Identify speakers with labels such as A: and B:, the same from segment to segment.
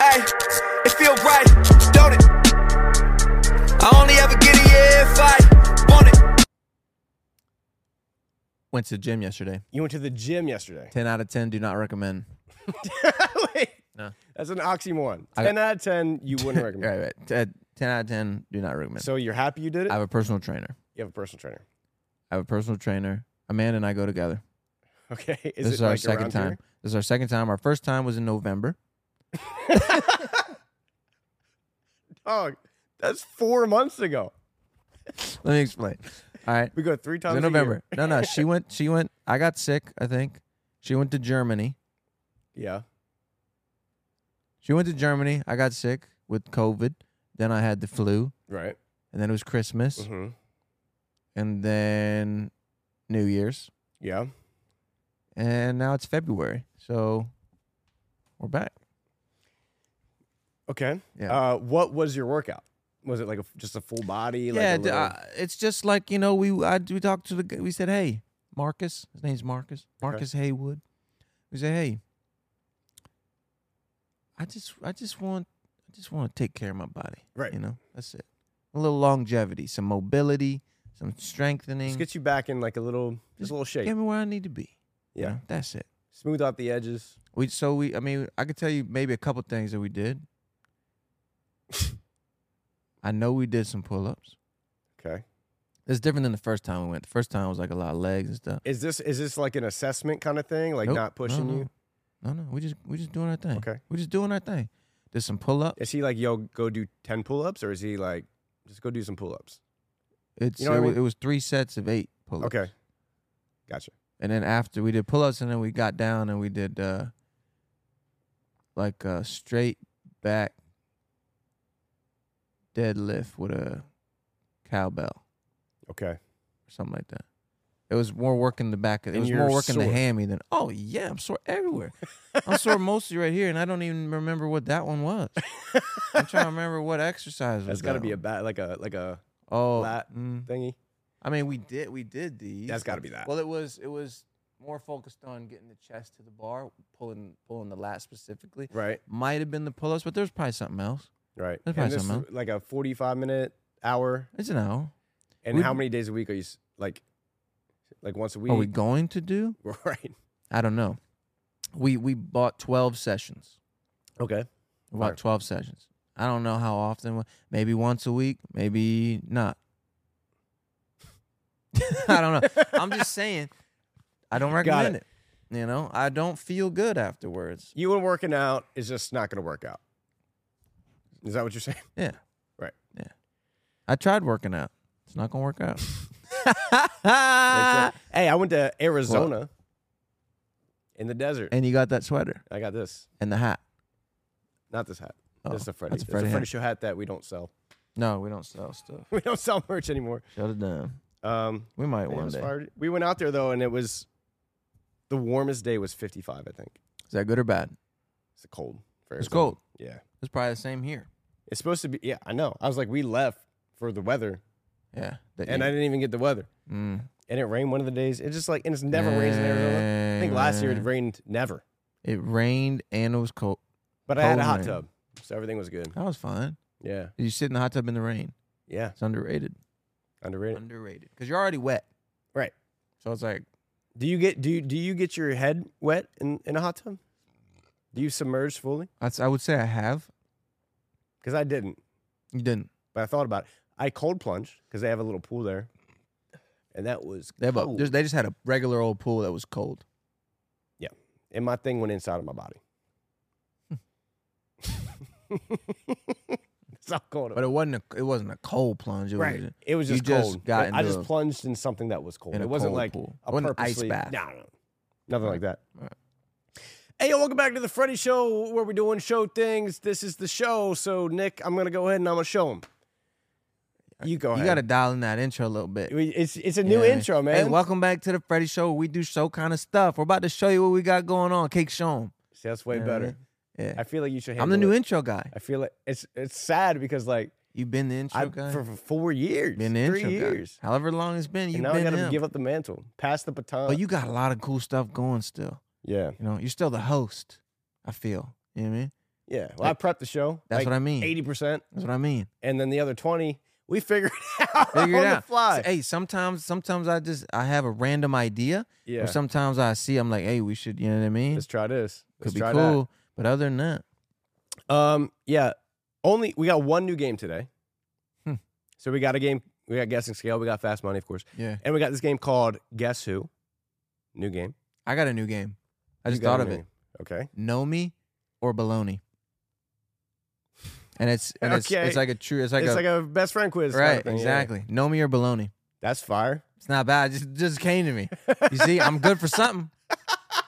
A: Hey, it feel right, don't it? I only ever get it yeah, if I want it.
B: Went to the gym yesterday.
C: You went to the gym yesterday.
B: 10 out of 10, do not recommend.
C: Wait,
B: No.
C: that's an oxymoron.
B: I-
C: Ten out of ten, you wouldn't recommend.
B: Right, right. T- 10 out of 10, do not recommend.
C: So you're happy you did it?
B: I have a personal trainer.
C: you have a personal trainer.
B: I have a personal trainer. Amanda and I go together.
C: Okay,
B: this
C: is it
B: is our
C: like
B: second
C: around
B: time.
C: here?
B: This is our second time. Our first time was in November.
C: Dog, that's four months ago.
B: Let me explain. All right.
C: We go three
B: It was
C: times
B: in
C: a year.
B: November. No, no. She went, she went, I got sick, I think. She went to Germany.
C: Yeah,
B: She went to Germany. I got sick with COVID. Then I had the flu.
C: right.
B: And then it was Christmas.
C: hmm
B: And then New Year's.
C: Yeah,
B: And now it's February. So we're back.
C: okay.
B: Yeah.
C: Uh, what was your workout? Was it like a, just a full body? Like
B: yeah,
C: a
B: d-
C: little-
B: uh, it's just like you know we I, we talked to the g- we said hey Marcus his name's Marcus Marcus Haywood we said hey I just I just want I just want to take care of my body
C: Right.
B: you know that's it a little longevity some mobility some strengthening
C: just get you back in like a little, just,
B: Just
C: a little shape.
B: get me where I need to be you
C: yeah,
B: know? that's it
C: smooth out the edges.
B: we so we I mean I could tell you maybe a couple things that we did I know we did some pull ups
C: Okay.
B: it's different than the first time we went the first time was like a lot of legs and stuff.
C: Is this is this like an assessment kind of thing? Like
B: Nope.
C: not
B: No,
C: pushing
B: no.
C: you?
B: No, no, we just we just doing our thing.
C: Okay.
B: we just doing our thing. Did some pull up.
C: Is he like, yo, go do 10 pull ups? Or is he like, just go do some pull ups?
B: It's
C: you know
B: it,
C: what I
B: wa-
C: mean?
B: it was three sets of eight pull ups.
C: Okay. Gotcha.
B: and then after we did pull ups, and then we got down and we did uh like a straight back deadlift with a cowbell
C: Okay.
B: or something like that. It was more work in the back. Of, it
C: And
B: was
C: you're
B: more work in the
C: sore.
B: hammy than. Oh yeah, I'm sore everywhere. I'm sore mostly right here, and I don't even remember what that one was. I'm trying to remember what exercise was.
C: That's got to
B: that
C: be a
B: one.
C: bad, like a, like a
B: oh
C: lat
B: mm.
C: thingy.
B: I mean, we did we did these.
C: That's got to be that.
B: Well, it was it was more focused on getting the chest to the bar, pulling pulling the lat specifically.
C: Right.
B: Might have been the pull-ups, but there's probably something else.
C: Right.
B: That's
C: and
B: probably
C: this is
B: something.
C: like a 45 minute hour.
B: It's an hour.
C: And
B: We-
C: how many days a week are you s- like, like once a week?
B: Are we going to do?
C: right.
B: I don't know. We we bought twelve sessions.
C: Okay.
B: We bought
C: Right.
B: twelve sessions. I don't know how often. Maybe once a week. Maybe not. I don't know. I'm just saying. I don't recommend it. You know, I don't feel good afterwards.
C: You and working out is just not going to work out. Is that what you're saying?
B: Yeah.
C: Right.
B: Yeah. I tried working out. It's not gonna work out.
C: Like, so- hey, I went to Arizona in the desert.
B: and you got that sweater
C: I got this.
B: and the hat.
C: Not this hat.
B: Oh,
C: this is a Freddy.
B: that's a
C: It's
B: Freddy
C: a
B: hat.
C: Freddy show hat that we don't sell.
B: No, we don't sell stuff.
C: We don't sell merch anymore.
B: Shut it down.
C: Um,
B: We might
C: I think it
B: one
C: was
B: day.
C: Friday- We went out there though, and it was the warmest day was 55. I think
B: Is that good or bad?
C: it's cold. For
B: It's
C: Arizona.
B: cold.
C: Yeah,
B: It's probably the same here.
C: it's supposed to be. Yeah, I know. I was like, we left for the weather,
B: Yeah. That
C: and I
B: you-
C: didn't even get the weather.
B: Mm.
C: And it rained one of the days. It's just like, and it's never rains in Arizona. I think last year it
B: Man.
C: rained never,
B: It rained and it was cold.
C: but I had
B: Cold
C: a hot
B: rain.
C: tub, so everything was good.
B: That was fine.
C: Yeah,
B: You sit in the hot tub in the rain.
C: yeah,
B: It's underrated.
C: underrated.
B: Underrated. Because you're already wet.
C: Right.
B: So it's like
C: Do you get do you, do you get your head wet in, in a hot tub? Do you submerge fully?
B: I s- I would say I have.
C: Because I didn't.
B: You didn't.
C: But I thought about it. I cold plunged because they have a little pool there, and that was
B: They have a,
C: cold.
B: just- they just had a regular old pool that was cold.
C: and my thing went inside of my body. That's how cold it
B: But
C: was.
B: it wasn't a it wasn't a cold plunge. It
C: Right,
B: was a-
C: it was
B: you
C: just
B: just
C: cold.
B: got
C: It- I
B: into
C: just
B: a-
C: plunged in something that was cold.
B: in a
C: It wasn't
B: cold
C: like
B: pool.
C: a
B: It wasn't an ice
C: purposely
B: bath.
C: No, no, no. nothing like that.
B: Right.
C: Hey, yo, welcome back to the Freddy Show, where we're doing show things. This is the show. So, Nick, I'm gonna go ahead and I'm gonna show him. You go
B: You
C: ahead.
B: got to dial in that intro a little bit.
C: We- It's it's a
B: You know
C: new
B: what I mean?
C: intro, man.
B: Hey, welcome back to the Freddy Show. We do show kind of stuff. We're about to show you what we got going on. Cake show 'em.
C: See, that's way
B: Yeah,
C: better.
B: Yeah.
C: I feel like you should.
B: I'm the
C: handle
B: new
C: it.
B: intro guy.
C: I feel like it's it's sad because like
B: You've been the intro
C: I
B: guy.
C: for, for four years,
B: been the
C: three
B: intro
C: years,
B: guy. However long it's been,
C: and
B: you've
C: now I
B: been
C: gotta
B: him.
C: give up the mantle, pass the baton.
B: but you got a lot of cool stuff going still.
C: yeah,
B: You know, you're still the host. I feel. You know what I mean?
C: yeah. Well, I prepped the show.
B: That's what I mean.
C: Eighty percent,
B: That's what I mean.
C: and then the other twenty, we figured it out
B: Figure
C: on
B: it out.
C: the fly.
B: So, hey, sometimes, sometimes I just I have a random idea,
C: yeah,
B: or sometimes I see I'm like, hey, we should. You know what I mean?
C: let's try this.
B: Could
C: Let's
B: be
C: try
B: cool. But other than that,
C: That. Um, yeah. Only we got one new game today,
B: Hmm.
C: so we got a game. We got guessing scale. We got fast money, of course,
B: yeah,
C: and we got this game called Guess Who. New game.
B: I got a new game. I
C: You
B: just
C: got
B: thought
C: a
B: of
C: new
B: it.
C: game. Okay.
B: Know me or baloney. And it's and it's
C: Okay.
B: it's like a true it's like
C: it's
B: a
C: like a best friend quiz. kind of
B: right
C: thing, yeah.
B: exactly. Know me or baloney.
C: That's fire.
B: It's not bad. It just just came to me. You see, I'm good for something.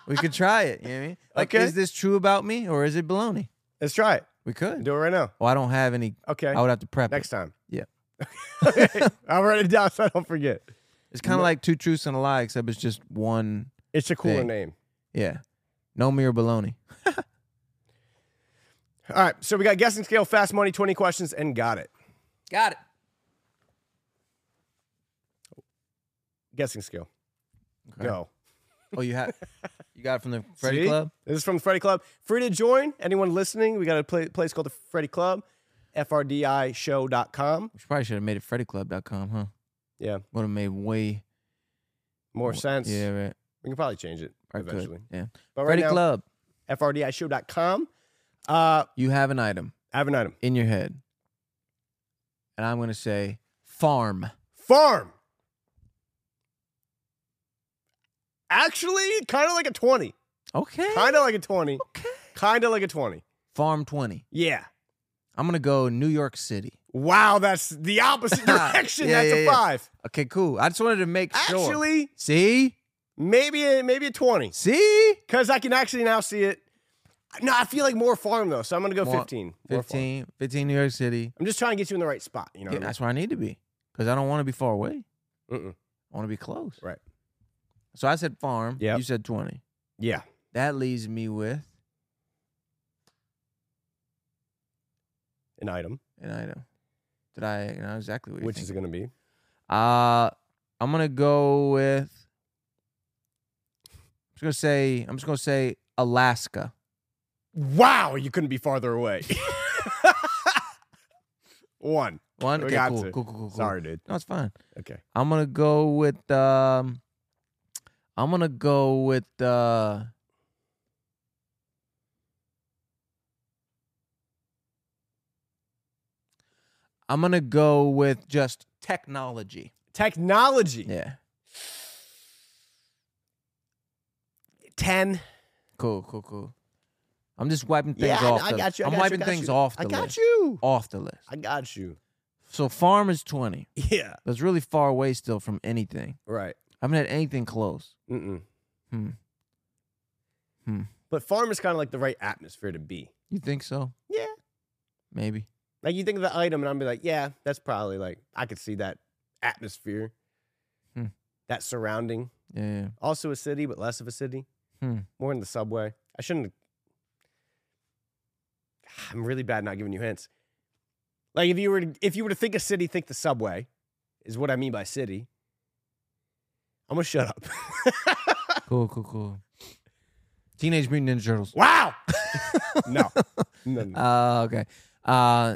B: We could try it. You know what I mean? Like,
C: Okay.
B: is this true about me or is it baloney?
C: Let's try it.
B: We could.
C: Do it right now.
B: Well, I don't have any.
C: Okay.
B: I would have to prep.
C: Next
B: it.
C: time.
B: Yeah.
C: I'll write it down so I don't forget.
B: It's kind of like two truths and a lie, except it's just one.
C: It's a cooler
B: Thing.
C: name.
B: Yeah. Know me or baloney.
C: All right. So we got guessing scale, fast money, 20 questions, and got it.
B: Got it.
C: Guessing scale.
B: Okay.
C: Go.
B: Oh, you have. You got it from the Freddy
C: See?
B: Club.
C: This is from the Freddy Club. Free to join. Anyone listening, we got a pla- place called the Freddy Club, frdishow.com.
B: We probably should have made it FreddyClub.com, huh?
C: Yeah.
B: Would have made way
C: More sense.
B: Yeah, right.
C: We can probably change it
B: I could,
C: eventually.
B: Yeah.
C: But right
B: Freddy
C: now,
B: Club,
C: frdishow.com. Uh, I
B: you have an item
C: have an item.
B: in your head, and I'm going to say farm.
C: Farm. Actually, kind of like a 20.
B: Okay.
C: Kind of like a 20.
B: Okay.
C: Kind of like a 20.
B: Farm 20.
C: Yeah.
B: I'm going to go New York City.
C: Wow, that's the opposite direction.
B: Yeah,
C: that's
B: yeah,
C: a
B: yeah.
C: 5.
B: Okay, cool. I just wanted to make sure.
C: Actually,
B: See?
C: maybe a, maybe a 20
B: See?
C: cuz I can actually now see it. No, I feel like more farm though, so I'm going to go
B: More-
C: 15. More farm.
B: 15, 15 New York City.
C: I'm just trying to get you in the right spot, you know.
B: Yeah,
C: what I
B: that's where I need to be because I don't want to be far away.
C: mean? Mm-mm.
B: I want to be close.
C: Right.
B: So I said farm.
C: Yep.
B: You said 20.
C: Yeah.
B: That leaves me with
C: An item,
B: an item. Did I I know exactly what you're
C: which is it
B: thinking.
C: going to be?
B: Uh, I'm gonna go with. I'm just gonna say. I'm just gonna say Alaska.
C: Wow, you couldn't be farther away. 1.
B: One.
C: We
B: Okay,
C: got
B: cool,
C: to.
B: cool, cool, cool, cool.
C: Sorry, dude.
B: No, it's fine.
C: Okay.
B: I'm gonna go with. Um, I'm gonna go with. Uh, I'm gonna go with just technology.
C: Technology.
B: Yeah.
C: 10.
B: Cool, cool, cool. I'm just wiping
C: Yeah,
B: things
C: I-
B: off.
C: I
B: the-
C: got you. I
B: I'm
C: got you,
B: wiping
C: I got
B: things
C: you.
B: off the
C: I got
B: list.
C: you.
B: Off the list.
C: I got you.
B: So farm is 20.
C: Yeah.
B: That's really far away still from anything.
C: Right.
B: I haven't had anything close.
C: Mm-mm.
B: Hmm. Hmm.
C: But farm is kind of like the right atmosphere to be.
B: You think so?
C: Yeah.
B: Maybe.
C: Like you think of the item, and I'm be like, yeah, that's probably like I could see that atmosphere,
B: Hmm.
C: that surrounding.
B: Yeah. yeah.
C: Also a city, but less of a city.
B: Hmm.
C: More in the subway. I shouldn't. I'm really bad not giving you hints. Like if you were to, if you were to think a city, think the subway, is what I mean by city. I'm gonna shut up.
B: Cool, cool, cool. Teenage Mutant Ninja Turtles.
C: wow. no. No. no.
B: Uh, okay. Uh,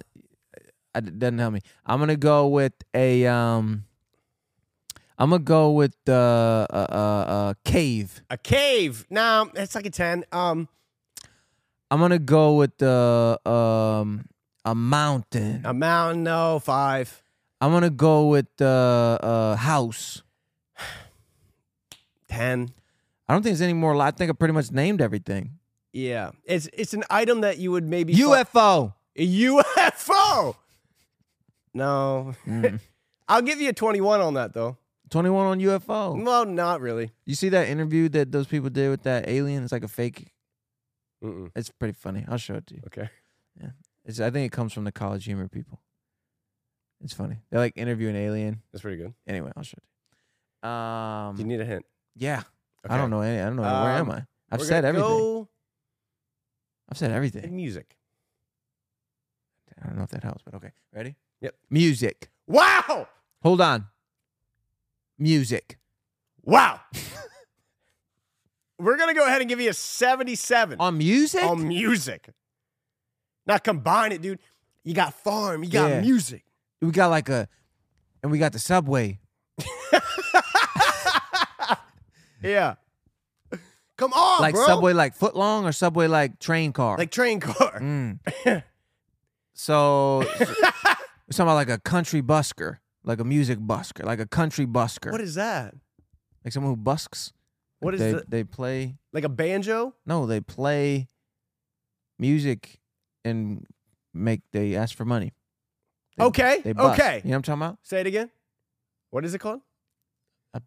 B: I, doesn't help me. I'm gonna go with a um. I'm gonna go with uh, uh, uh, uh cave.
C: A cave. No, it's like a ten. Um,
B: I'm gonna go with the um a mountain.
C: a mountain. No, five.
B: I'm gonna go with the uh, house.
C: Ten.
B: I don't think there's any more. li- I think I pretty much named everything.
C: Yeah, it's it's an item that you would maybe fi-
B: UFO.
C: a UFO. No,
B: Mm.
C: I'll give you a twenty-one on that though.
B: 21 on UFO.
C: Well, not really.
B: You see that interview that those people did with that alien? It's like a fake
C: Mm-mm.
B: It's pretty funny. I'll show it to you.
C: Okay.
B: It's, I think it comes from the college humor people. It's funny. They like interview an alien.
C: That's pretty good.
B: Anyway, I'll show it. To you.
C: Do you
B: Um,
C: need a hint?
B: yeah. I don't know any. I don't know where am
C: Um,
B: I. I've
C: We're
B: said
C: gonna
B: everything.
C: Go
B: I've said
C: with
B: everything.
C: music.
B: I don't know if that helps, but okay. Ready?
C: Yep.
B: Music.
C: Wow!
B: Hold on. Music.
C: Wow! We're gonna go ahead and give you a 77
B: On music?
C: on music. Now combine it, dude. You got farm. You got
B: Yeah.
C: music.
B: we got like a, and we got the subway.
C: Yeah. Come on,
B: like
C: bro.
B: subway, like foot long or subway, like train car.
C: like train car.
B: Mm. so, so it's talking about like a country busker, like a music busker, like a country busker,
C: What is that?
B: like someone who busks.
C: What is
B: they,
C: the,
B: they play?
C: like a banjo?
B: No, they play music and make. They ask for money. They-
C: Okay,
B: They busk.
C: okay.
B: You know what I'm talking
C: Say it again. What is it called?
B: about?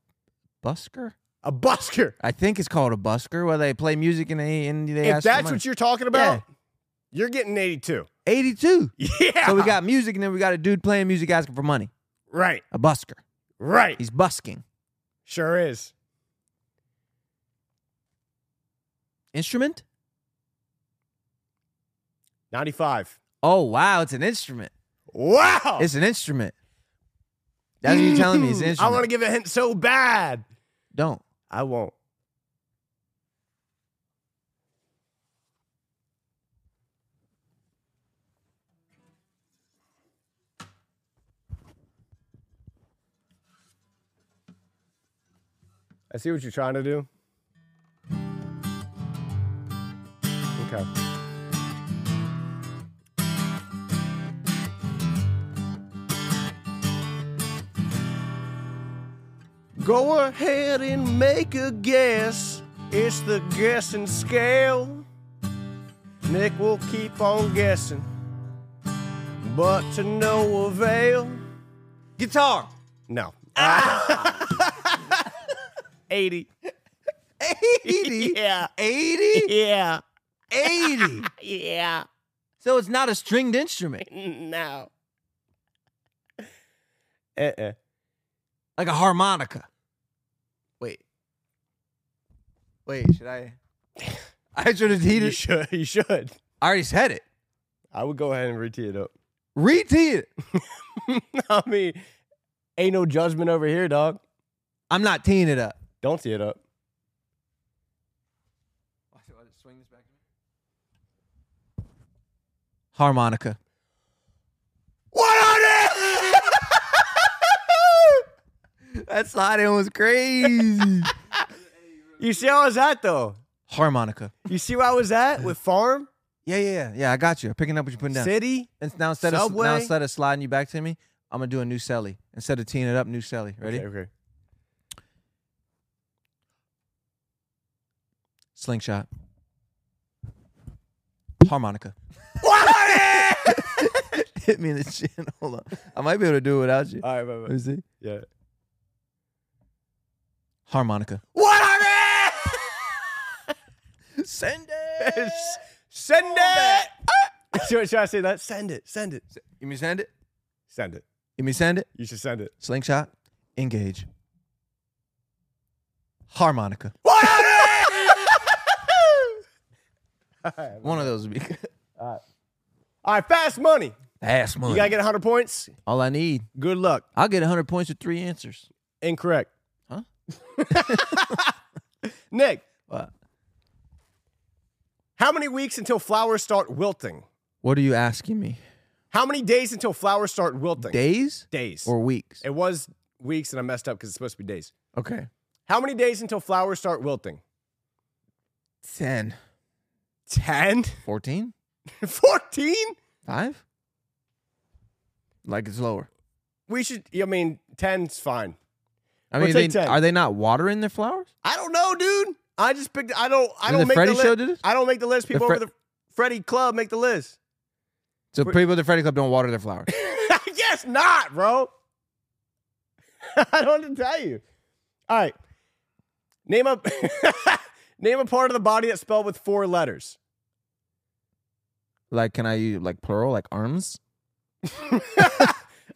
B: Busker.
C: A busker.
B: I think it's called a busker, where they play music and they and they
C: if
B: ask for
C: that's
B: money.
C: what you're talking about, you're getting 82.
B: 82.
C: Yeah.
B: So we got music, and then we got a dude playing music asking for money.
C: right,
B: A busker.
C: right.
B: He's busking.
C: Sure is.
B: Instrument?
C: 95.
B: Oh wow, it's an instrument.
C: Wow.
B: It's an instrument. That's what you're telling me. It's an
C: I
B: instrument.
C: want to give a hint so bad.
B: Don't.
C: I won't. I see what you're trying to do. Okay. Go ahead and make a guess. It's the guessing scale. Nick will keep on guessing, but to no avail.
B: Guitar.
C: No. 80.
B: 80.
C: Yeah.
B: 80?
C: Yeah.
B: 80.
C: Yeah.
B: So it's not a stringed instrument.
C: No. Uh-uh.
B: Like a harmonica. Wait. Wait, should I? I should have
C: You
B: heated.
C: should. You should.
B: I already said it.
C: I would go ahead and retee it up.
B: Retee it.
C: I mean, ain't no judgment over here, dog.
B: I'm not teeing it up.
C: Don't tee it up.
B: Harmonica.
C: 100!
B: That sliding was crazy.
C: you see how I was at, though?
B: harmonica.
C: You see where I was at with farm,
B: Yeah, yeah, yeah. Yeah, I got you. Picking up what you're putting down.
C: city?
B: And now instead of now
C: Subway.
B: instead of sliding you back to me, I'm gonna do a new celly. Instead of teeing it up, new celly. Ready?
C: Okay, okay.
B: Slingshot. Harmonica. Hit me in the chin. Hold on. I might be able to do it without you.
C: All right, bye,
B: Uh, Let me
C: bye.
B: see.
C: Yeah.
B: Harmonica.
C: 100!
B: Send
C: Send it! should, should I say that? Send it. Send it.
B: You mean send it?
C: Send it.
B: You mean send it?
C: You should send it.
B: Slingshot. Engage. Harmonica.
C: 100!
B: One of those would be good.
C: All right, fast money.
B: Ass money.
C: You got to get 100 points.
B: All I need.
C: Good luck.
B: I'll get 100 points with three answers.
C: Incorrect.
B: Huh?
C: Nick,
B: What?
C: how many weeks until flowers start wilting?
B: What are you asking me?
C: How many days until flowers start wilting?
B: Days
C: days.
B: or weeks?
C: it was weeks and I messed up because it's supposed to be days.
B: Okay.
C: How many days until flowers start wilting?
B: 10.
C: 10?
B: 14?
C: 14?
B: Five? Like it's lower.
C: We should, I mean, 10's fine.
B: I
C: We'll
B: mean,
C: take
B: they,
C: 10.
B: are they not watering their flowers?
C: I don't know, dude. I just picked, I don't,
B: Did
C: I don't
B: the
C: make
B: Freddy
C: the list.
B: show do this?
C: I don't make the list. People
B: Fre-
C: over the Freddy Club make the list.
B: So
C: We're-
B: people at the Freddy Club don't water their flowers.
C: I guess not, bro. I don't know what to tell you. All right. Name a name a part of the body that's spelled with four letters.
B: Like, can I use like plural, like arms
C: I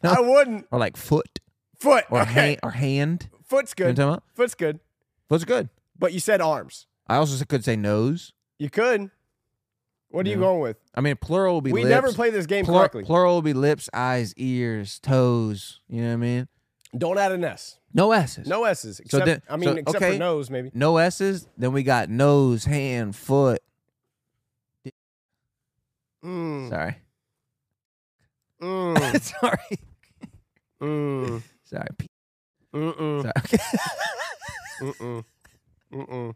C: wouldn't.
B: or like foot
C: Foot.
B: or
C: okay.
B: hand or hand?
C: Foot's
B: You know what I'm
C: good.
B: talking about?
C: Foot's good.
B: Foot's good.
C: But you said arms.
B: I also could say nose.
C: You could. What are you
B: Yeah.
C: going with?
B: I mean, plural would be
C: we
B: lips.
C: never play this game
B: Plur-
C: correctly.
B: plural would be lips, eyes, ears, toes. You know what I mean?
C: Don't add an S.
B: No s's.
C: No S's. Except,
B: then-
C: I mean,
B: so,
C: except
B: okay.
C: for nose, maybe.
B: No s's. Then we got nose, hand, foot.
C: Mm,
B: Sorry.
C: mm,
B: Sorry.
C: mm,
B: Sorry. P-
C: mm-mm,
B: Sorry. Okay.
C: mm-mm, mm-mm,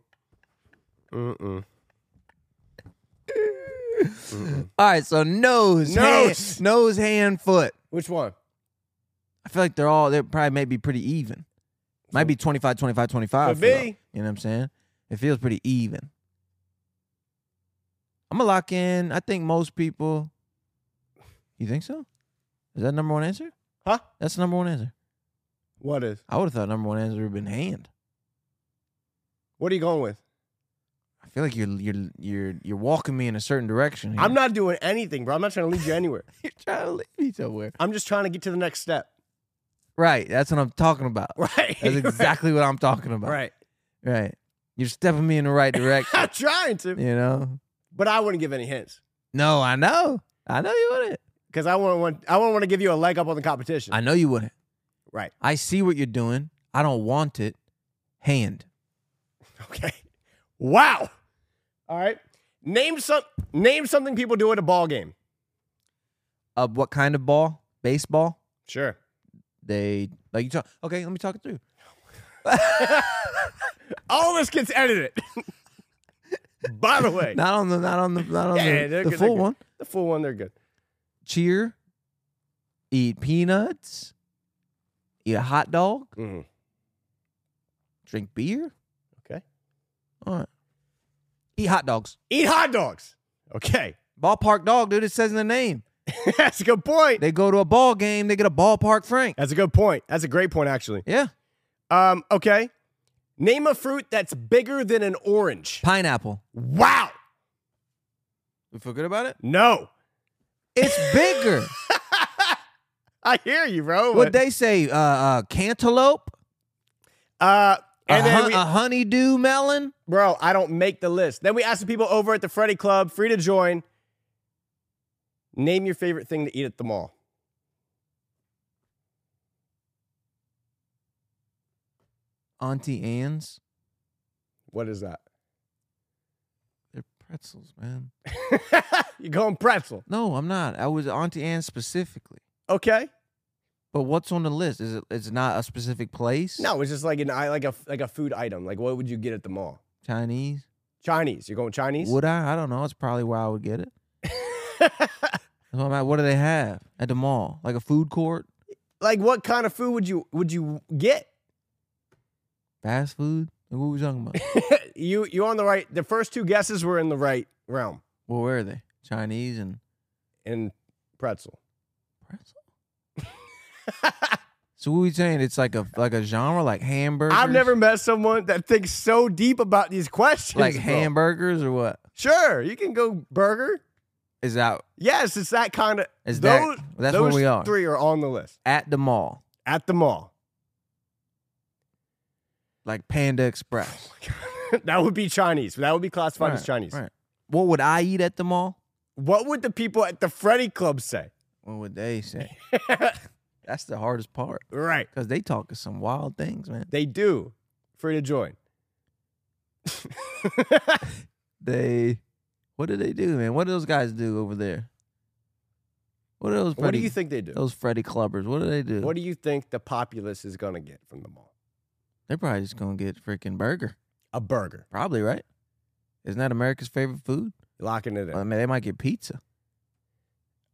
C: mm-mm.
B: All right. So nose,
C: Nose.
B: hand, nose, hand, foot.
C: Which one?
B: I feel like they're all they probably may be pretty even. Might be 25, 25, 25.
C: Could
B: for the-
C: be.
B: You know what I'm saying? It feels pretty even. I'm gonna lock in. I think most people. You think so? Is that number one answer?
C: Huh?
B: That's the number one answer.
C: What is?
B: I would have thought number one answer would have been hand.
C: What are you going with?
B: I feel like you're you're you're you're walking me in a certain direction. here.
C: I'm not doing anything, bro. I'm not trying to lead you anywhere.
B: You're trying to lead me somewhere.
C: I'm just trying to get to the next step.
B: Right. That's what I'm talking about.
C: Right.
B: That's exactly what I'm talking about.
C: right.
B: Right. You're stepping me in the right direction.
C: I'm trying to,
B: you know.
C: but I wouldn't give any hints
B: No, I know. I know you wouldn't.
C: because I wouldn't want. I wouldn't want to give you a leg up on the competition.
B: I know you wouldn't.
C: right.
B: I see what you're doing. I don't want it. Hand.
C: Okay. Wow. All right. Name some. Name something people do at a ball game.
B: Uh, what kind of ball? Baseball?
C: Sure.
B: They like you talk. Okay, let me talk it through.
C: All this gets edited. By the way,
B: Not on the not on the not on
C: Yeah,
B: the, the
C: they're good, they're
B: full
C: good.
B: one.
C: the full one they're good.
B: Cheer. Eat peanuts. Eat a hot dog.
C: Mhm.
B: Drink beer.
C: Okay.
B: All right. Eat hot dogs.
C: Eat hot dogs. Okay.
B: Ballpark dog, dude. It says in the name.
C: That's a good point.
B: They go to a ball game. They get a ballpark Frank.
C: That's a good point. That's a great point, actually.
B: Yeah.
C: Um. Okay. Name a fruit that's bigger than an orange.
B: Pineapple.
C: Wow.
B: You feel good about it?
C: No.
B: It's bigger.
C: I hear you, bro.
B: what they say? Uh, uh cantaloupe.
C: uh, and
B: a,
C: then
B: hun-
C: we,
B: a honeydew melon.
C: bro, I don't make the list. Then we asked the people over at the Freddy Club, free to join. Name your favorite thing to eat at the mall.
B: Auntie Anne's.
C: What is that?
B: They're pretzels, man.
C: you going pretzel?
B: No, I'm not. I was Auntie Anne's specifically.
C: Okay.
B: But what's on the list? Is it? It's not a specific place.
C: No, it's just like an I like a like a food item. Like what would you get at the mall?
B: Chinese.
C: Chinese. You're going Chinese?
B: Would I? I don't know. It's probably where I would get it. That's what I'm at. What do they have at the mall? Like a food court,
C: like what kind of food would you would you get?
B: fast food. Like, what are we talking about?
C: you you on the right. The first two guesses were in the right realm.
B: well, where are they? Chinese and
C: In pretzel.
B: pretzel. so what we saying? It's like a like a genre, like hamburgers.
C: I've never met someone that thinks so deep about these questions.
B: like
C: bro.
B: hamburgers or what?
C: Sure, you can go burger.
B: Is out
C: Yes, it's that kind of.
B: Is that-
C: those,
B: that's where
C: those
B: we are.
C: Three are on the list
B: at the mall,
C: at the mall.
B: like Panda Express.
C: that would be Chinese. That would be classified as
B: Right,
C: Chinese.
B: right. What would I eat at the mall?
C: What would the people at the Freddy Club say?
B: What would they say? That's the hardest part
C: Right,
B: because they talking some wild things, man.
C: they do. Free to join.
B: They, what do they do, man? What do those guys do over there? What are those?
C: What do
B: Freddy-
C: you think they do?
B: Those Freddy Clubbers. What do they do?
C: What do you think the populace is gonna get from the mall?
B: They're probably just gonna get freaking burger.
C: A burger.
B: Probably right. Isn't that America's favorite food?
C: Locking it in.
B: I mean, they might get pizza.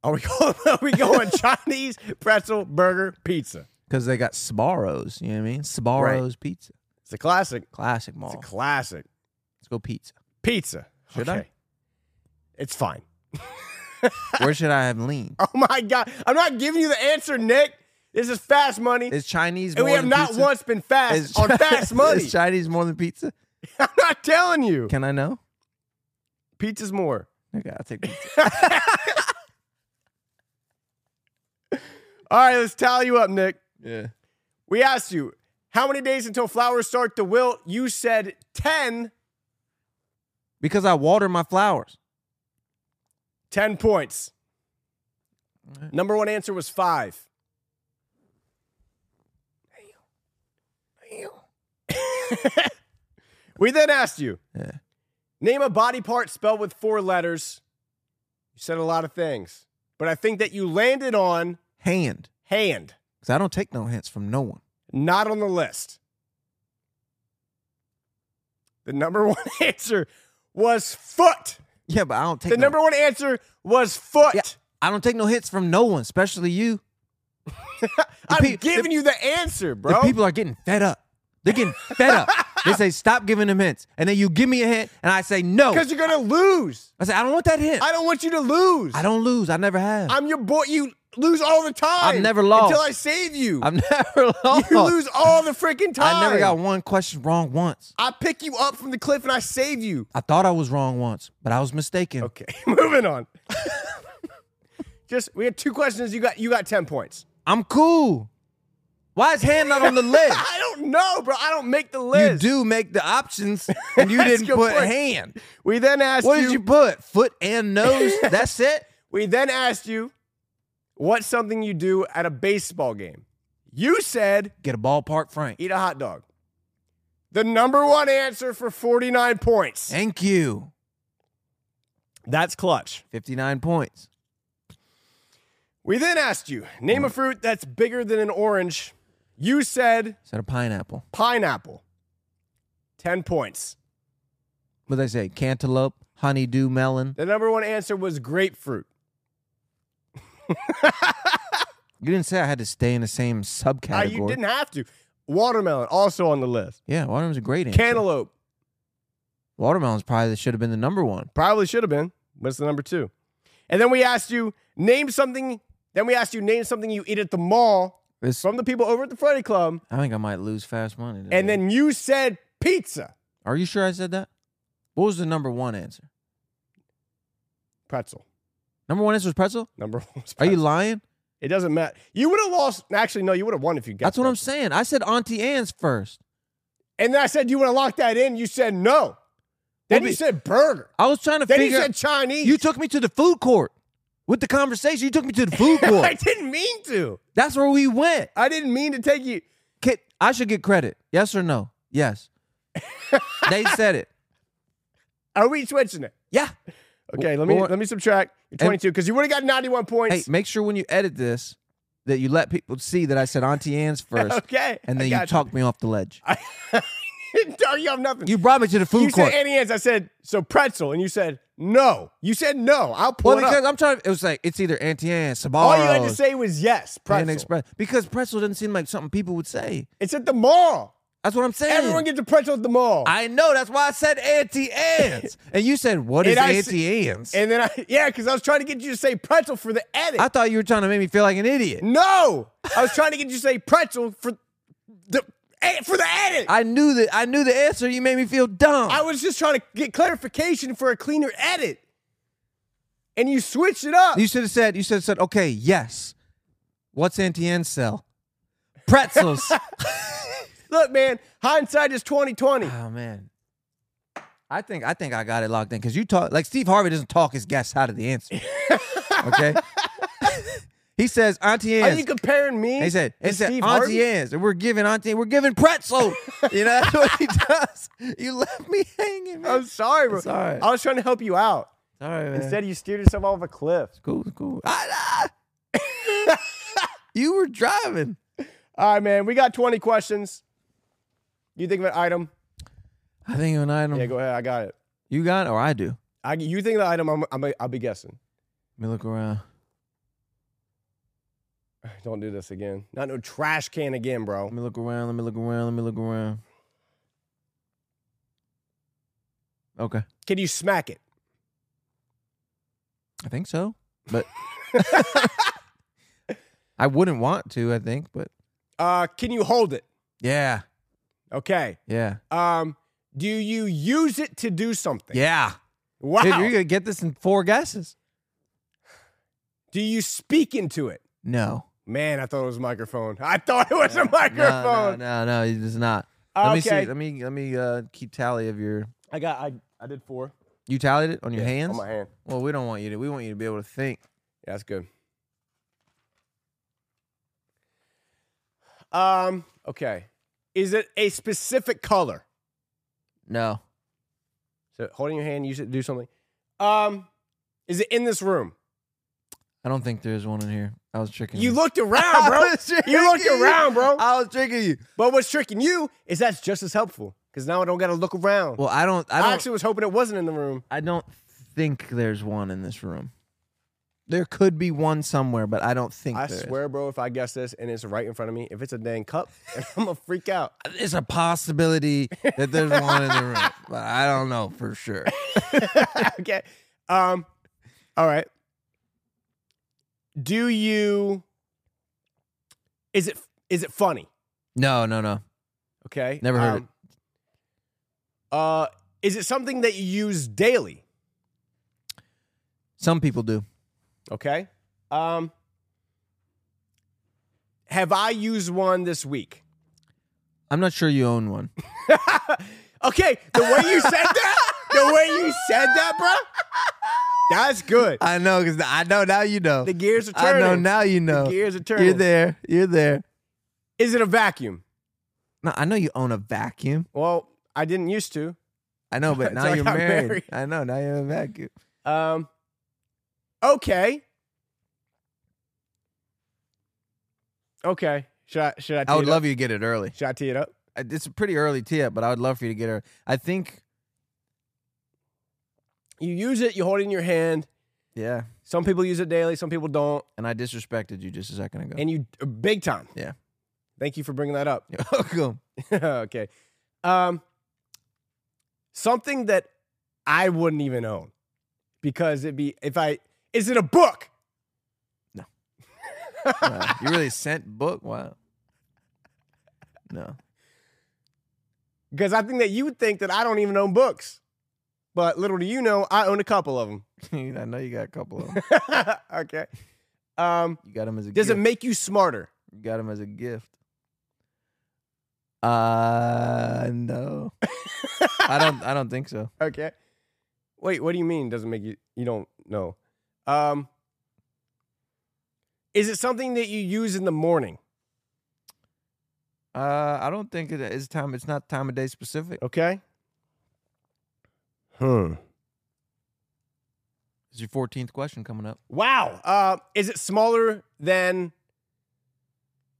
C: are we going? Are we going Chinese pretzel burger pizza?
B: Because they got Sbarro's, you know what I mean? Sbarro's Pizza.
C: It's a classic.
B: Classic
C: It's a
B: mall.
C: classic.
B: Let's go pizza.
C: Pizza.
B: Should I?
C: It's fine.
B: Where should I have leaned?
C: Oh my God. I'm not giving you the answer, Nick. This is fast money.
B: Is Chinese
C: and
B: more
C: we have
B: than
C: not
B: pizza?
C: once been fast
B: Is-
C: on fast money.
B: Is Chinese more than pizza?
C: I'm not telling you.
B: Can I know?
C: Pizza's more.
B: Okay, I'll take pizza.
C: All right, let's tally you up, Nick.
B: yeah.
C: We asked you, how many days until flowers start to wilt? You said 10.
B: Because I water my flowers.
C: 10 points. Number one answer was five. we then asked you
B: Yeah.
C: name a body part spelled with four letters. You said a lot of things, but I think that you landed on
B: Hand.
C: hand,
B: Because I don't take no hints from no one.
C: not on the list. The number one answer was foot.
B: Yeah, but I don't take
C: The
B: no,
C: number one answer was foot.
B: Yeah, I don't take no hits from no one, especially you.
C: I'm
B: pe-
C: giving you the answer, bro.
B: The people are getting fed up. They're getting fed up. They say, stop giving them hints. And then you give me a hint, and I say, no.
C: Because you're gonna lose.
B: I say, I don't want that hint.
C: I don't want you to lose.
B: I don't lose. I never have.
C: I'm your boy. You lose all the time.
B: I've never lost.
C: until I save you.
B: I've never lost.
C: you lose all the freaking time.
B: I never got one question wrong once.
C: I pick you up from the cliff and I save you.
B: I thought I was wrong once, but I was mistaken.
C: Okay, moving on. Just we had two questions. You got you got ten points.
B: I'm cool. Why is hand not on the list?
C: I don't know, bro. I don't make the
B: you
C: list.
B: do make the options, and you
C: That's
B: didn't
C: your
B: put
C: point.
B: hand.
C: We then asked
B: What did you put? Foot and nose? That's it?
C: We then asked you what's something you do at a baseball game. You said
B: Get a ballpark, Frank.
C: eat a hot dog. The number one answer for 49 points.
B: Thank you.
C: That's clutch.
B: 59 points.
C: We then asked you, name
B: Hmm.
C: a fruit that's bigger than an orange. You said
B: Is that a pineapple?
C: pineapple. 10 points.
B: What did I say? Cantaloupe, honeydew melon.
C: The number one answer was grapefruit.
B: You didn't say I had to stay in the same
C: Ah,
B: subcategory.
C: you didn't have to. Watermelon, also on the list.
B: Yeah, watermelon's a great answer.
C: Cantaloupe,
B: Watermelon's probably should have been the number one.
C: probably should have been, but it's the number two. And then we asked you, name something. Then we asked you, name something you eat at the mall
B: This-
C: from the people over at the Friday Club.
B: I think I might lose fast money. today.
C: And then you said pizza,
B: are you sure I said that? What was the number one answer?
C: pretzel.
B: Number one answer was pretzel.
C: Number one was
B: Are you
C: pretzel.
B: lying?
C: It doesn't matter. You would have lost. Actually, no, you would have won if you guessed.
B: That's what I'm
C: pretzel.
B: saying. I said Auntie Anne's first.
C: And then I said, you want to lock that in? You said no. Then
B: Well,
C: you
B: be-
C: said burger.
B: I was trying to
C: Then you
B: figure.
C: said Chinese.
B: you took me to the food court with the conversation. You took me to the food
C: I
B: court.
C: didn't mean to.
B: That's where we went.
C: I didn't mean to take you.
B: Kid, I should get credit. Yes or no? Yes. they said it.
C: Are we switching it?
B: Yeah.
C: Okay, let me
B: Or-
C: let me subtract your 22 because you would have got 91 points.
B: Hey, make sure when you edit this that you let people see that I said Auntie Anne's first.
C: Okay,
B: And
C: I
B: then you
C: got you.
B: talked me off the ledge.
C: no, you have nothing.
B: you brought me to the food
C: You
B: court.
C: said any ends. I said so pretzel, and you said no. You said no. I'll pull
B: well,
C: it up.
B: because Oh. I'm trying. It was like it's either Auntie Anne, Sabaros,
C: All you had to say was yes.
B: Pan
C: Pretzel.
B: Express. Because pretzel doesn't seem like something people would say.
C: it's at the mall.
B: That's what I'm saying.
C: Everyone gets a pretzel at the mall.
B: I know. That's why I said Auntie Anne's. and you said, "What is
C: And I s-
B: Auntie Anne's?"
C: and then I yeah, because I was trying to get you to say pretzel for the edit.
B: I thought you were trying to make me feel like an idiot.
C: No, I was trying to get you to say pretzel for the eh, for the edit. I,
B: I knew that. I knew the answer. You made me feel dumb.
C: was just trying to get clarification for a cleaner edit, and you switched it up.
B: you should have said. You should have said, "Okay, yes." What's Auntie Anne's sell? Pretzels.
C: Look, man, hindsight is twenty twenty.
B: oh man. I think I think I got it locked in because you talk like Steve Harvey doesn't talk his guests out of the answer. Okay. he says Auntie
C: Are
B: Anne's.
C: you comparing me?
B: And He said,
C: to
B: "It said
C: Steve
B: Auntie
C: Harvey?
B: Anne's, and we're giving Auntie, we're giving pretzel." you know that's what he does. You left me hanging. Man.
C: I'm sorry, bro.
B: It's all right.
C: I was trying to help you out.
B: sorry, man.
C: Instead, you steered yourself off a cliff.
B: cool, cool. Ah, nah. you were driving.
C: All right, man. We got twenty questions. You think of an item?
B: I think of an item.
C: Yeah, go ahead. I got it.
B: you got, it, or I do.
C: I, you think of the item? I'm, I'm, I'll be guessing.
B: Let me look around.
C: Don't do this again. Not no trash can again, bro.
B: Let me look around. Let me look around. Let me look around. Okay,
C: Can you smack it?
B: I think so, but I wouldn't want to. I think, but
C: Uh, can you hold it?
B: yeah,
C: Okay.
B: yeah,
C: Um, do you use it to do something?
B: yeah.
C: Wow.
B: Dude, you're gonna get this in four guesses.
C: Do you speak into it?
B: No.
C: Man, I thought it was a microphone. I thought it was a
B: No, no,
C: microphone.
B: no, no, it is not. Let me
C: Okay.
B: see. Let me let me uh, keep tally of your.
C: I got I I did four.
B: You tallied it on your hands.
C: On my hand.
B: Well, we don't want you to. We want you to be able to think.
C: Yeah, that's good. Um, okay. Is it a specific color?
B: No.
C: So holding your hand, use it to do something. Um, is it in this room?
B: I don't think there's one in here. I was tricking
C: You
B: you.
C: looked around, bro.
B: I was tricking
C: you looked around, bro.
B: I was tricking you.
C: But what's tricking you is that's just as helpful because now I don't got to look around.
B: Well, I don't. I
C: I,
B: don't.
C: actually was hoping it wasn't in the room.
B: I don't think there's one in this room. There could be one somewhere, but I don't think.
C: I
B: there is.
C: swear, bro, if I guess this and it's right in front of me, if it's a dang cup, I'm gonna freak out.
B: It's a possibility that there's one in the room, but I don't know for sure.
C: okay. Um. All right. Do you? Is it is it funny?
B: No, no, no.
C: Okay.
B: Never heard
C: it. Uh, is it something that you use daily?
B: Some people do.
C: Okay. Um. Have I used one this week?
B: I'm not sure you own one.
C: Okay. The way you said that. the way you said that, bro. That's good.
B: I know, cause I know now you know.
C: The gears are
B: I
C: turning.
B: know now you know.
C: The gears are
B: You're
C: turning.
B: there. You're there.
C: Is it a vacuum?
B: No, I know you own a vacuum.
C: Well, I didn't used to.
B: I know, but
C: Until
B: now
C: I
B: you're
C: got
B: married.
C: married.
B: I know now you have a vacuum.
C: Um. Okay. Okay. Should I should I? Tee
B: I would
C: it
B: love
C: up?
B: you to get it early.
C: Should I tee it up?
B: I- It's a pretty early tee up, but I would love for you to get it. I think.
C: You use it. You hold it in your hand.
B: Yeah,
C: Some people use it daily. Some people don't.
B: and I disrespected you just a second ago.
C: And you uh, big time.
B: Yeah.
C: Thank you for bringing that up.
B: You're welcome.
C: okay. Um. Something that I wouldn't even own because it'd be if I is it a book?
B: Wow. You really sent book? Wow. No.
C: Because I think that you would think that I don't even own books, but little do you know, I own a couple of them.
B: I know you got a couple of them.
C: okay. Um,
B: You got them as a
C: does
B: gift.
C: it make you smarter?
B: you got them as a gift. Uh no. I don't I don't think so.
C: Okay. Wait, what do you mean? Doesn't make you? You don't know. Um, is it something that you use in the morning?
B: Uh I don't think it is time it's not time of day specific.
C: Okay. Hmm.
B: It's your 14th question coming up.
C: Wow. Uh, is it smaller than?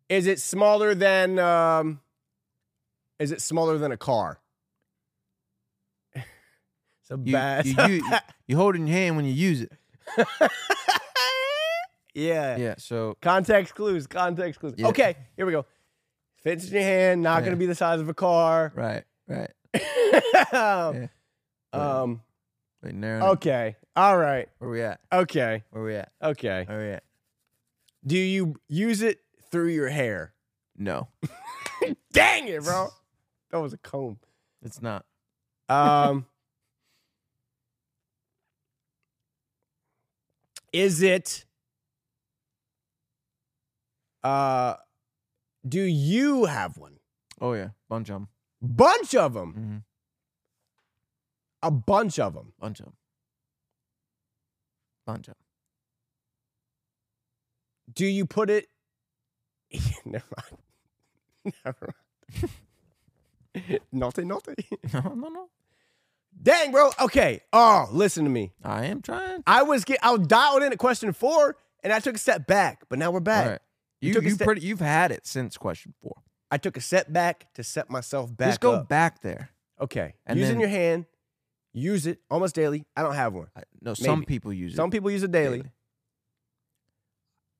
C: Is it smaller than? Um, is it smaller than a car? it's a
B: You
C: bad.
B: you, you, you hold it in your hand when you use it.
C: yeah.
B: Yeah, so
C: Context clues, context clues.
B: Yeah.
C: Okay, here we go. Fits in your hand, not
B: Yeah.
C: gonna be the size of a car.
B: right, right.
C: um, um,
B: Wait, narrow. it.
C: okay. All right.
B: Where we at?
C: Okay.
B: Where we at?
C: Okay.
B: Where we at?
C: Do you use it through your hair?
B: No.
C: Dang it, bro. That was a comb.
B: It's not.
C: Um Is it uh do you have one?
B: Oh yeah. Bunch of 'em.
C: Bunch of them.
B: Mhm.
C: A bunch of them.
B: Bunch of 'em. Bunch of 'em.
C: Do you put it? Never mind. Never mind. naughty, naughty.
B: No, no, no.
C: Dang, bro. Okay. Oh, listen to me.
B: I am trying.
C: I was get. I dialed in at question four, and I took a step back. But now we're back.
B: All right.
C: You
B: You,
C: took a
B: you
C: step-
B: pretty, you've had it since question four.
C: I took a step back to set myself back.
B: Just go
C: up.
B: back there.
C: Okay.
B: and
C: Using
B: then-
C: your hand. Use it almost daily. I don't have one.
B: I, no, some
C: Maybe.
B: people use
C: Some
B: it.
C: people use it daily.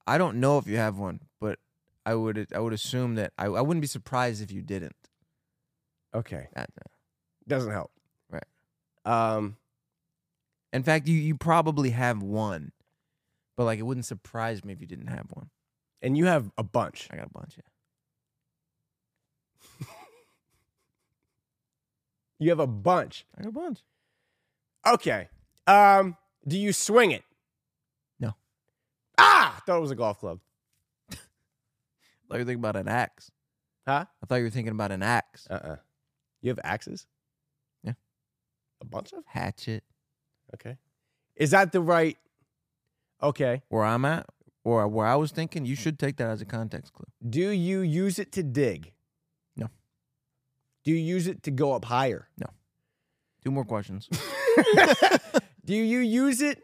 B: I don't know if you have one, but I would I would assume that I, I wouldn't be surprised if you didn't.
C: Okay.
B: That-
C: Doesn't help.
B: Right.
C: Um.
B: In fact, you you probably have one, but like it wouldn't surprise me if you didn't have one.
C: And you have a bunch.
B: I got a bunch. Yeah.
C: You have a bunch.
B: I got a bunch.
C: Okay. Um, do you swing it?
B: No.
C: Ah, thought it was a golf club.
B: thought you were thinking about an axe.
C: Huh?
B: I thought you were thinking about an axe.
C: Uh uh You have axes?
B: Yeah.
C: A bunch of?
B: Hatchet.
C: Okay. Is that the right? Okay.
B: Where I'm at, or where I was thinking, you should take that as a context clue.
C: Do you use it to dig?
B: No.
C: Do you use it to go up higher?
B: Two more questions.
C: Do you use it?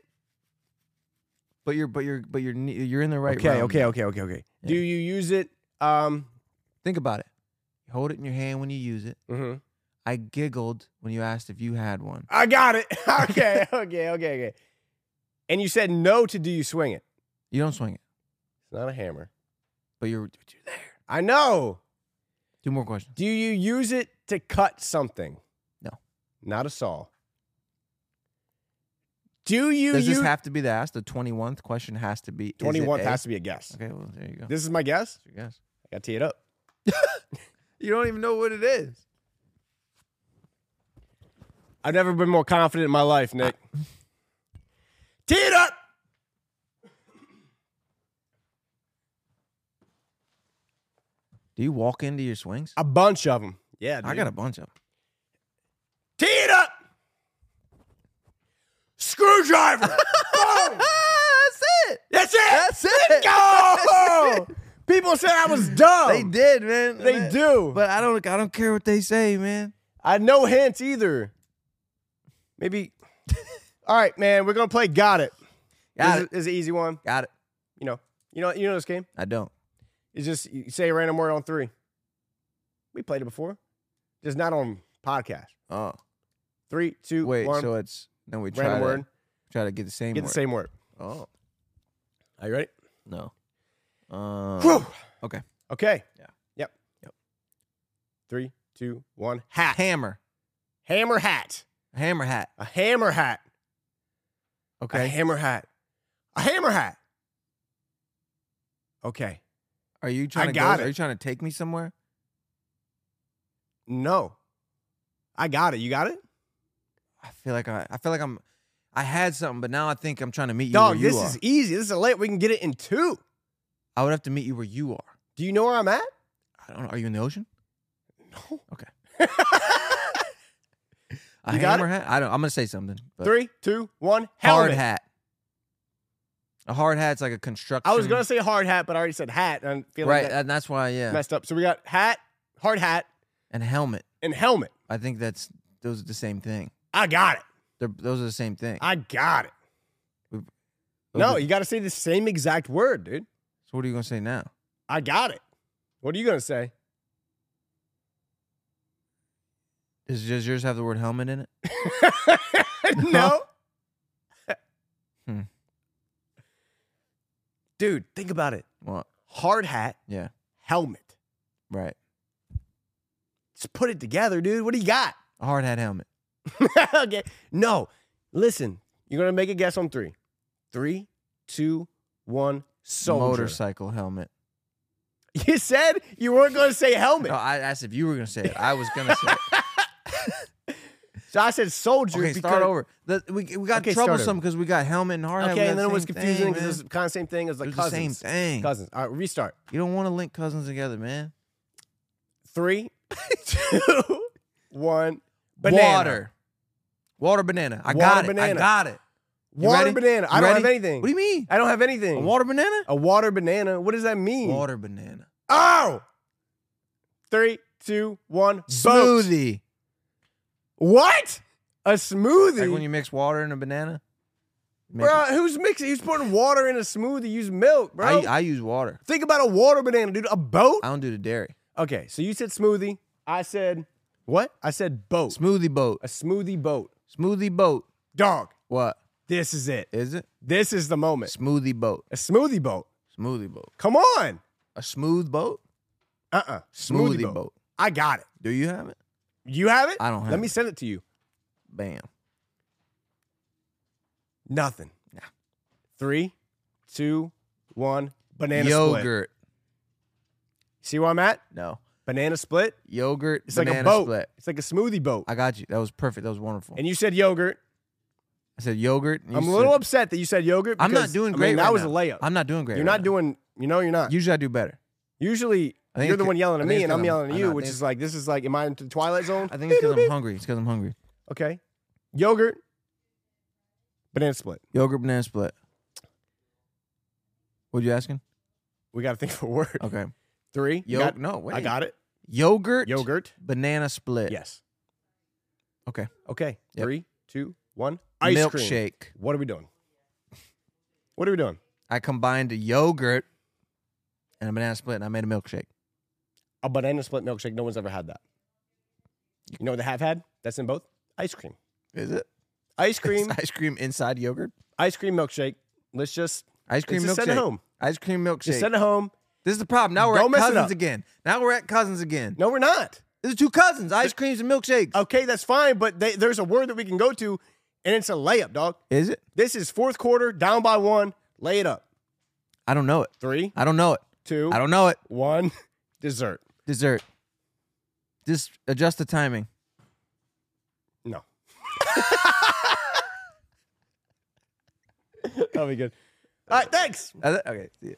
B: but you're, but you're, but you're, ne- you're in the right.
C: okay,
B: realm.
C: okay, okay, okay, okay. Do
B: Yeah.
C: you use it? Um.
B: Think about it. You hold it in your hand when you use it.
C: mhm.
B: I giggled when you asked if you had one.
C: I got it. okay, okay, okay, okay. And you said no to do you swing it?
B: You don't swing it,
C: It's not a hammer.
B: but you're, you're there.
C: I know.
B: Two more questions.
C: Do you use it to cut something?
B: No.
C: Not a saw. Do you
B: Does
C: use
B: this have to be the ask? The 21th question has to be. is it
C: 21
B: A?
C: has to be a guess.
B: Okay, well, there you go.
C: This is my guess.
B: That's your guess.
C: I got to tee it up.
B: You don't even know what it is.
C: I've never been more confident in my life, Nick. tee it up.
B: Do you walk into your swings?
C: A bunch of them. Yeah, dude.
B: I got a bunch of 'em.
C: tee it up. Screwdriver. Boom.
B: Ah, That's it.
C: That's it.
B: That's it.
C: Go. People said I was dumb.
B: Oh. They did, man.
C: They do.
B: But I don't. I don't care what they say, man.
C: I had no hints either. Maybe. All right, man. We're gonna play. Got it.
B: Got it.
C: this is- this is an easy one.
B: Got it.
C: You know. You know. You know this game.
B: I don't.
C: It's just you say a random word on three. We played it before, just not on podcast.
B: Oh,
C: Three, two,
B: wait.
C: one,
B: So it's then we try
C: random
B: to
C: word.
B: try to get the same.
C: Get
B: word.
C: the same word.
B: Oh
C: Are you ready?
B: no. Um,
C: Whew.
B: okay.
C: Okay.
B: Yeah.
C: Yep.
B: Yep.
C: Three, two, one.
B: hat. Hammer.
C: Hammer hat.
B: Hammer hat.
C: A hammer hat. A
B: Okay.
C: hammer hat. A hammer hat. Okay.
B: are you trying to go?
C: got it.
B: Are you trying to take me somewhere?
C: No. I got it. You got it?
B: I feel like I. I feel like I'm. I had something, but now I think I'm trying to meet you
C: Dog,
B: where you
C: this
B: are.
C: is easy. This is a late. We can get it in two.
B: I would have to meet you where you are.
C: Do you know where I'm at?
B: I don't know. Are you in the ocean?
C: No.
B: Okay. A
C: You got it?
B: hammer hat. I don't. I'm gonna say something. but-
C: Three, two, one.
B: Hard
C: Helmet.
B: hat. A hard hat's like a construction.
C: I was gonna say hard hat, but I already said hat, and I'm feeling
B: Hmm. right,
C: that
B: and that's why yeah.
C: messed up. So we got hat, hard hat,
B: And helmet.
C: and helmet.
B: I think that's those are the same thing.
C: I got it.
B: They're, those are the same thing.
C: I got it.
B: Those
C: No,
B: are-
C: you got to say the same exact word, dude.
B: so what are you gonna say now?
C: I got it. What are you gonna say?
B: Does, does yours have the word helmet in it?
C: no.
B: Hmm.
C: Dude, think about it.
B: Well,
C: Hard hat,
B: yeah,
C: helmet.
B: right.
C: Just put it together, dude. What do you got?
B: A hard hat helmet.
C: okay. No. Listen, you're gonna make a guess on three. Three, two, one, soldier.
B: Motorcycle helmet.
C: You said you weren't gonna say helmet.
B: No, I asked if you were gonna say it. I was gonna say. It.
C: So I said soldier.
B: Okay,
C: because,
B: start over. The- we, we got
C: Okay, start
B: troublesome
C: over.
B: because we got helmet and hard hat.
C: Okay, and then it was
B: because
C: confusing because it was kind of same thing. It was like
B: the same
C: cousins.
B: thing.
C: Cousins. All right, restart.
B: You don't want to link cousins together, man.
C: Three, two, one. Banana.
B: Water. Water banana. I
C: Water
B: got it.
C: banana.
B: I got it. You
C: Water
B: ready?
C: banana. I
B: You
C: don't
B: ready?
C: have anything.
B: What do you mean?
C: I don't have anything.
B: A water banana?
C: A water banana. What does that mean?
B: Water banana.
C: Oh. Three, two, one. boat.
B: Smoothie.
C: What? A smoothie.
B: Like when you mix water and a banana. Make
C: bro,
B: it-
C: who's mixing? Who's putting water in a smoothie? Use milk, bro.
B: I, I use water.
C: Think about a water banana, dude. A boat.
B: I don't do the dairy.
C: Okay, so you said smoothie. I said what? I said boat.
B: Smoothie boat.
C: a smoothie boat.
B: Smoothie boat.
C: Dog.
B: What
C: This is it.
B: is it?
C: This is the moment.
B: Smoothie boat.
C: A smoothie boat.
B: Smoothie boat.
C: Come on.
B: A smooth boat?
C: Uh uh Smoothie, boat. I got it.
B: Do you have it?
C: You have it?
B: I don't have
C: Let me
B: it.
C: send it to you.
B: Bam.
C: Nothing. Three, two, one. Banana split.
B: Yogurt.
C: See where I'm at?
B: No.
C: Banana split.
B: Yogurt.
C: It's
B: banana
C: like a boat.
B: split.
C: It's like a smoothie boat.
B: I got you. That was perfect. That was wonderful.
C: and you said yogurt.
B: I said yogurt. and you
C: I'm a little
B: said-
C: upset that you said yogurt.
B: I'm
C: because,
B: not doing great.
C: I mean, that
B: right
C: was
B: now.
C: a layup.
B: I'm not doing great.
C: You're
B: right
C: not
B: now.
C: doing. You know, you're not.
B: Usually I do better.
C: Usually,
B: I think
C: you're
B: it's
C: the
B: c-
C: one yelling
B: I
C: at
B: think
C: me,
B: it's
C: and
B: 'cause
C: I'm
B: I'm-
C: yelling
B: I
C: at
B: know,
C: you,
B: I
C: which
B: think-
C: is like this is like, am I into the twilight zone?
B: I think it's because I'm hungry. It's because I'm hungry.
C: Okay, yogurt, banana split.
B: Yogurt banana split. What you asking?
C: We got to think for a word.
B: Okay.
C: Three. you
B: Oh. Yo-
C: got-
B: no,
C: I
B: wait.
C: got it.
B: Yogurt.
C: Yogurt.
B: Banana split.
C: Yes.
B: Okay.
C: Okay.
B: Yep.
C: Three, two, one. Ice cream.
B: Milkshake.
C: What are we doing? What are we doing?
B: I combined a yogurt and a banana split, and I made a milkshake.
C: A banana split milkshake. No one's ever had that. You know what they have had? That's in both. Ice cream.
B: Is it
C: Ice
B: It's
C: cream.
B: ice cream inside yogurt?
C: ice cream milkshake. Let's just
B: Ice cream
C: just
B: milkshake.
C: send it home.
B: Ice cream milkshake.
C: just send it home.
B: this is the problem. Now we're
C: Don't
B: at
C: mess it
B: cousins
C: up.
B: again. Now we're at cousins again.
C: No, we're not.
B: These are two cousins. Ice creams and milkshakes.
C: Okay, that's fine, but they, there's a word that we can go to, and it's a layup, dog.
B: Is it?
C: This is fourth quarter, down by one. Lay it up.
B: I don't know it.
C: Three,
B: I don't know it.
C: two,
B: I don't know it.
C: one. Dessert.
B: Dessert. Just adjust the timing.
C: No. That'll be good. All right, thanks.
B: Uh, Okay. see ya.